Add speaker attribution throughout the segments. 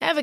Speaker 1: Ever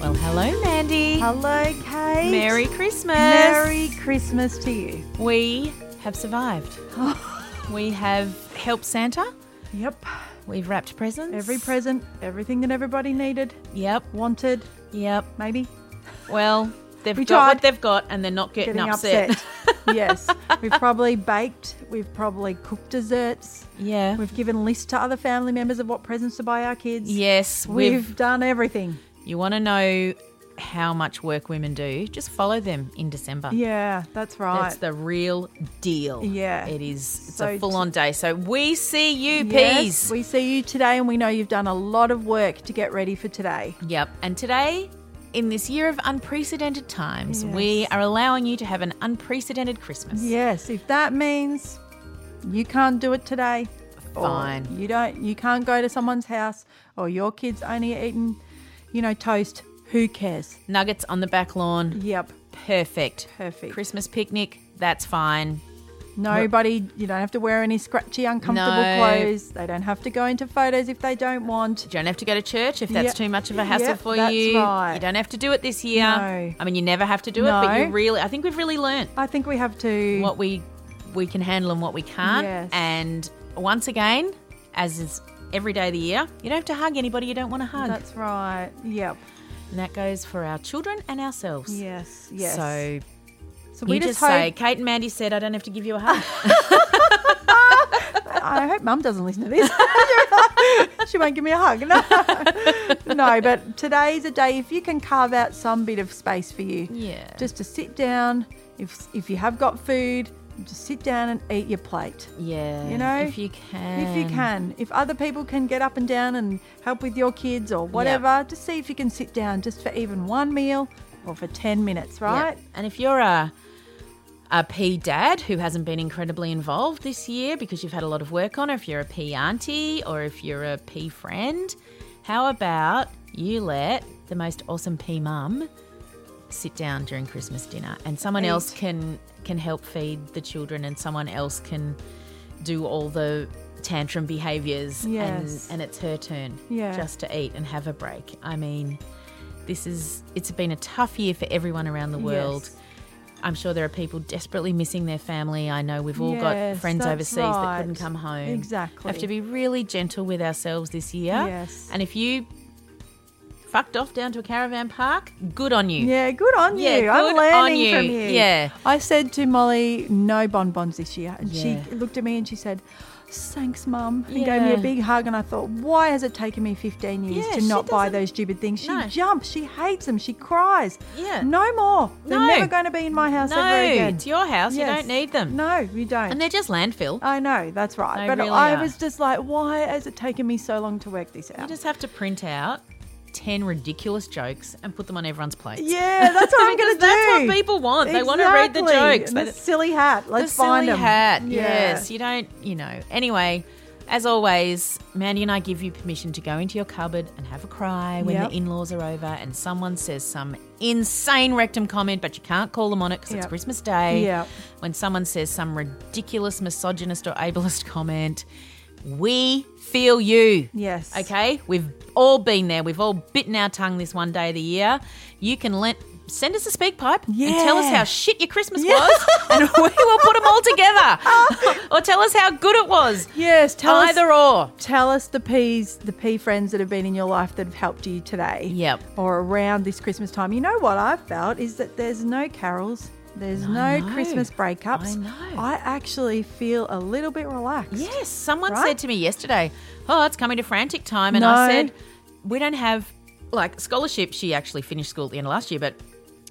Speaker 2: Well, hello, Mandy.
Speaker 3: Hello, Kate.
Speaker 2: Merry Christmas.
Speaker 3: Merry Christmas to you.
Speaker 2: We have survived. we have helped Santa.
Speaker 3: Yep.
Speaker 2: We've wrapped presents.
Speaker 3: Every present, everything that everybody needed,
Speaker 2: Yep.
Speaker 3: wanted,
Speaker 2: Yep.
Speaker 3: maybe.
Speaker 2: Well, they've
Speaker 3: We
Speaker 2: got what
Speaker 3: tried.
Speaker 2: they've got, and they're not getting,
Speaker 3: Getting
Speaker 2: upset.
Speaker 3: upset. yes. We've probably baked. We've probably cooked desserts.
Speaker 2: yeah.
Speaker 3: We've given lists to other family members of what presents to buy our kids.
Speaker 2: yes.
Speaker 3: We've,
Speaker 2: We've.
Speaker 3: done everything.
Speaker 2: You want to know how much work women do? Just follow them in December.
Speaker 3: Yeah, that's right.
Speaker 2: That's the real deal.
Speaker 3: Yeah.
Speaker 2: It is. It's
Speaker 3: So
Speaker 2: a full on day. So we see you,
Speaker 3: Yes,
Speaker 2: peas.
Speaker 3: we see you today, and we know you've done a lot of work to get ready for today.
Speaker 2: Yep. And today, in this year of unprecedented times, we are allowing you to have an unprecedented Christmas.
Speaker 3: Yes, if that means you can't do it today, or
Speaker 2: Fine.
Speaker 3: You don't. You can't go to someone's house, or your kids only eating, you know, toast. Who cares?
Speaker 2: Nuggets on the back lawn.
Speaker 3: Yep.
Speaker 2: Perfect.
Speaker 3: Perfect.
Speaker 2: Christmas picnic. That's fine.
Speaker 3: Nobody. You don't have to wear any scratchy, uncomfortable
Speaker 2: No.
Speaker 3: clothes. They don't have to go into photos if they don't want.
Speaker 2: You don't have to go to church if that's
Speaker 3: Yep.
Speaker 2: too much of a hassle
Speaker 3: Yep,
Speaker 2: for
Speaker 3: that's
Speaker 2: you.
Speaker 3: right.
Speaker 2: You don't have to do it this year.
Speaker 3: No.
Speaker 2: I mean, you never have to do it, but
Speaker 3: No.
Speaker 2: you really, I think we've really learnt
Speaker 3: I think we have to.
Speaker 2: what we we can handle and what we can't.
Speaker 3: Yes.
Speaker 2: And once again, as is every day of the year, you don't have to hug anybody you don't want to hug.
Speaker 3: That's right. Yep.
Speaker 2: and that goes for our children and ourselves.
Speaker 3: Yes. Yes.
Speaker 2: So
Speaker 3: So
Speaker 2: we just,
Speaker 3: hope.
Speaker 2: say, Kate and Mandy said, I don't have to give you a hug.
Speaker 3: I hope mum doesn't listen to this. she won't give me a hug. No. no, but today's a day if you can carve out some bit of space for you.
Speaker 2: Yeah.
Speaker 3: Just to sit down. If if you have got food, just sit down and eat your plate.
Speaker 2: yeah.
Speaker 3: You know?
Speaker 2: if you can.
Speaker 3: If you can. If other people can get up and down and help with your kids or whatever, just see if you can sit down just for even one meal or for 10 minutes,
Speaker 2: Yeah.
Speaker 3: right?
Speaker 2: And if you're a a P dad who hasn't been incredibly involved this year because you've had a lot of work on, or if you're a P auntie, or if you're a P friend, how about you let the most awesome P mum sit down during Christmas dinner and someone else can can help feed the children and someone else can do all the tantrum behaviors
Speaker 3: Yes.
Speaker 2: and, and it's her turn
Speaker 3: Yeah.
Speaker 2: just to eat and have a break. I mean, this is it's been a tough year for everyone around the world.
Speaker 3: Yes.
Speaker 2: I'm sure there are people desperately missing their family. I know we've all
Speaker 3: Yes,
Speaker 2: got friends
Speaker 3: that's
Speaker 2: overseas that couldn't
Speaker 3: right.
Speaker 2: come home.
Speaker 3: Exactly.
Speaker 2: Have to be really gentle with ourselves this year.
Speaker 3: Yes.
Speaker 2: And if you fucked off down to a caravan park, good on you.
Speaker 3: Yeah, good on
Speaker 2: Yeah,
Speaker 3: you. I'm
Speaker 2: good on
Speaker 3: learning
Speaker 2: you.
Speaker 3: from you.
Speaker 2: Yeah.
Speaker 3: I said to Molly, no bonbons this year. And
Speaker 2: Yeah.
Speaker 3: she looked at me and she said, thanks, mum, and gave me
Speaker 2: Yeah.
Speaker 3: a big hug. And I thought, why has it taken me 15 years
Speaker 2: Yeah,
Speaker 3: to
Speaker 2: she
Speaker 3: not buy
Speaker 2: doesn't-
Speaker 3: those stupid things? She
Speaker 2: No.
Speaker 3: jumps, she hates them, she cries.
Speaker 2: Yeah.
Speaker 3: No more. They're
Speaker 2: No.
Speaker 3: never going to be in my house ever
Speaker 2: No,
Speaker 3: again.
Speaker 2: it's your house. You don't need them.
Speaker 3: No, Oh, you don't.
Speaker 2: And they're just landfill.
Speaker 3: I know, that's right.
Speaker 2: They
Speaker 3: but
Speaker 2: really
Speaker 3: I
Speaker 2: are.
Speaker 3: was just like, why has it taken me so long to work this out?
Speaker 2: You just have to print out 10 ridiculous jokes and put them on everyone's plate.
Speaker 3: Yeah, that's what I'm going
Speaker 2: Because
Speaker 3: to do.
Speaker 2: that's what people want. They wanna read the
Speaker 3: Exactly.
Speaker 2: jokes.
Speaker 3: And
Speaker 2: They-
Speaker 3: the silly hat. Let's
Speaker 2: the
Speaker 3: find
Speaker 2: silly
Speaker 3: them.
Speaker 2: hat.
Speaker 3: Yeah.
Speaker 2: Yes, you don't, you know. Anyway, as always, Mandy and I give you permission to go into your cupboard and have a cry when
Speaker 3: Yep.
Speaker 2: the in-laws are over, and someone says some insane rectum comment, but you can't call them on it because it's
Speaker 3: Yep.
Speaker 2: Christmas Day.
Speaker 3: Yep.
Speaker 2: When someone says some ridiculous misogynist or ableist comment, we feel you.
Speaker 3: Yes.
Speaker 2: Okay, we've all been there. We've all bitten our tongue this one day of the year. You can let send us a speak pipe and tell us
Speaker 3: Yeah.
Speaker 2: how shit your Christmas was, and we will put them all together. or tell us how good it was.
Speaker 3: Yes, tell
Speaker 2: Either
Speaker 3: us.
Speaker 2: or.
Speaker 3: Tell us the peas, the pea friends that have been in your life that have helped you today.
Speaker 2: Yep.
Speaker 3: Or around this Christmas time. You know what I've felt is that there's no carols. There's no,
Speaker 2: know.
Speaker 3: Christmas breakups.
Speaker 2: I know.
Speaker 3: I actually feel a little bit relaxed.
Speaker 2: Yes, someone
Speaker 3: Right?
Speaker 2: said to me yesterday, "Oh, it's coming to frantic time," and I
Speaker 3: No.
Speaker 2: said, "We don't have like scholarship." She actually finished school at the end of last year, but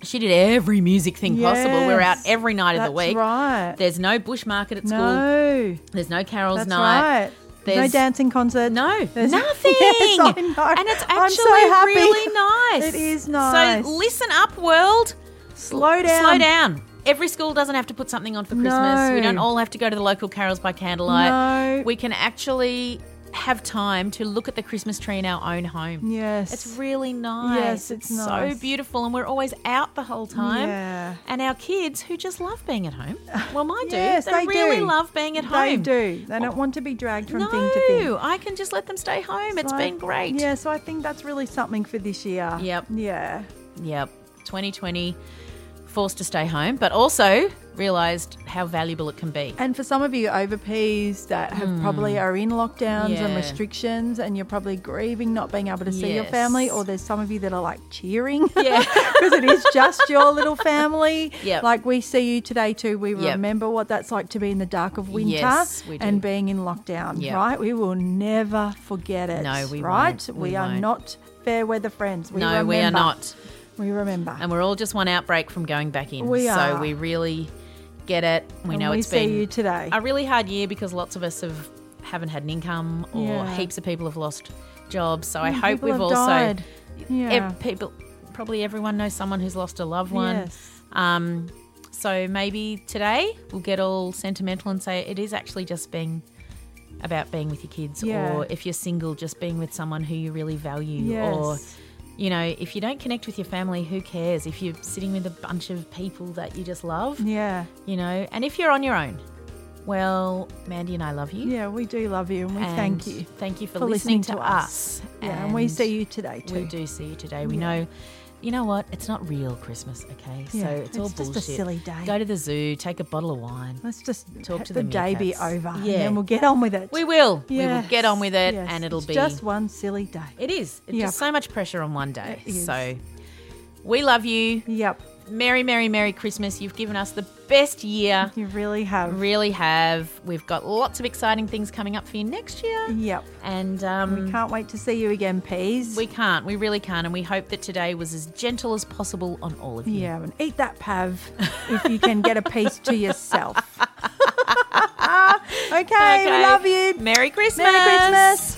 Speaker 2: she did every music thing possible. We're out
Speaker 3: Yes,
Speaker 2: every night of the
Speaker 3: that's
Speaker 2: week.
Speaker 3: right.
Speaker 2: There's no bush market at school.
Speaker 3: No.
Speaker 2: There's no Carol's
Speaker 3: That's
Speaker 2: night.
Speaker 3: right.
Speaker 2: There's-
Speaker 3: no dancing concert.
Speaker 2: No,
Speaker 3: There's-
Speaker 2: nothing.
Speaker 3: Yes, I know.
Speaker 2: And it's
Speaker 3: I'm
Speaker 2: actually
Speaker 3: so happy.
Speaker 2: really nice.
Speaker 3: It is nice.
Speaker 2: So listen up, world.
Speaker 3: Slow down.
Speaker 2: Slow down. Every school doesn't have to put something on for Christmas.
Speaker 3: No.
Speaker 2: We don't all have to go to the local carols by candlelight.
Speaker 3: No.
Speaker 2: We can actually have time to look at the Christmas tree in our own home.
Speaker 3: Yes.
Speaker 2: It's really nice.
Speaker 3: Yes, it's
Speaker 2: so
Speaker 3: nice.
Speaker 2: beautiful, and we're always out the whole time.
Speaker 3: Yeah.
Speaker 2: And our kids, who just love being at home, well, mine do.
Speaker 3: Yes,
Speaker 2: they,
Speaker 3: they
Speaker 2: really
Speaker 3: do.
Speaker 2: love being at
Speaker 3: They
Speaker 2: home.
Speaker 3: do. They don't want to be dragged from
Speaker 2: no,
Speaker 3: thing to thing.
Speaker 2: I can just let them stay home. It's
Speaker 3: So-
Speaker 2: been great.
Speaker 3: Yeah, so I think that's really something for this year.
Speaker 2: Yep.
Speaker 3: Yeah.
Speaker 2: Yep. 2020 forced to stay home, but also realized how valuable it can be.
Speaker 3: And for some of you overpeas that have probably are in lockdowns
Speaker 2: Hmm. Yeah.
Speaker 3: and restrictions and you're probably grieving not being able to see your family
Speaker 2: Yes.
Speaker 3: or there's some of you that are like cheering.
Speaker 2: Yeah.
Speaker 3: Because it is just your little family.
Speaker 2: Yep.
Speaker 3: Like we see you today too. We
Speaker 2: Yep.
Speaker 3: remember what that's like to be in the dark of winter
Speaker 2: Yes, we do.
Speaker 3: and being in lockdown,
Speaker 2: Yep.
Speaker 3: right? We will never forget it.
Speaker 2: No, we
Speaker 3: right?
Speaker 2: won't.
Speaker 3: We,
Speaker 2: We
Speaker 3: are
Speaker 2: won't.
Speaker 3: not fair weather friends. We
Speaker 2: no,
Speaker 3: remember.
Speaker 2: we are not.
Speaker 3: We remember.
Speaker 2: And we're all just one outbreak from going back in.
Speaker 3: We
Speaker 2: so
Speaker 3: are.
Speaker 2: we really get it. We
Speaker 3: And
Speaker 2: know
Speaker 3: we
Speaker 2: it's
Speaker 3: see
Speaker 2: been
Speaker 3: you today.
Speaker 2: a really hard year because lots of us have haven't had an income or
Speaker 3: Yeah.
Speaker 2: heaps of people have lost jobs. So I hope
Speaker 3: people
Speaker 2: we've
Speaker 3: have
Speaker 2: also
Speaker 3: died.
Speaker 2: ev-
Speaker 3: Yeah.
Speaker 2: people probably everyone knows someone who's lost a loved one.
Speaker 3: Yes.
Speaker 2: Um, so maybe today we'll get all sentimental and say it is actually just being about being with your kids,
Speaker 3: Yeah.
Speaker 2: or if you're single, just being with someone who you really value, or
Speaker 3: Yes.
Speaker 2: you know, if you don't connect with your family, who cares? If you're sitting with a bunch of people that you just love,
Speaker 3: Yeah.
Speaker 2: you know, and if you're on your own, well, Mandy and I love you.
Speaker 3: Yeah, we do love you and we
Speaker 2: and
Speaker 3: thank you.
Speaker 2: Thank you for, listening, to us.
Speaker 3: Yeah, and, we see you today too.
Speaker 2: We do see you today. We know, you know what? It's not real Christmas, okay? So
Speaker 3: Yeah,
Speaker 2: it's, all
Speaker 3: it's just a
Speaker 2: bullshit.
Speaker 3: silly day.
Speaker 2: Go to the zoo, take a bottle of wine.
Speaker 3: Let's just
Speaker 2: Talk
Speaker 3: let
Speaker 2: to
Speaker 3: the,
Speaker 2: the
Speaker 3: day be
Speaker 2: meerkats.
Speaker 3: over
Speaker 2: Yeah.
Speaker 3: and then we'll get on with it.
Speaker 2: We will. We will
Speaker 3: Yes,
Speaker 2: get on with it,
Speaker 3: yes,
Speaker 2: and it'll
Speaker 3: it's
Speaker 2: be
Speaker 3: just one silly day.
Speaker 2: It is. It's
Speaker 3: Yep.
Speaker 2: just so much pressure on one day.
Speaker 3: It is.
Speaker 2: So we love you.
Speaker 3: Yep,
Speaker 2: Merry, merry, merry Christmas. You've given us the best year.
Speaker 3: you really have.
Speaker 2: Really have. We've got lots of exciting things coming up for you next year.
Speaker 3: Yep.
Speaker 2: And um,
Speaker 3: We can't wait to see you again, peas.
Speaker 2: we can't. We really can't. And we hope that today was as gentle as possible on all of you.
Speaker 3: yeah, and eat that pav if you can get a piece to yourself. okay, we
Speaker 2: Okay.
Speaker 3: love you.
Speaker 2: Merry Christmas.
Speaker 3: Merry Christmas.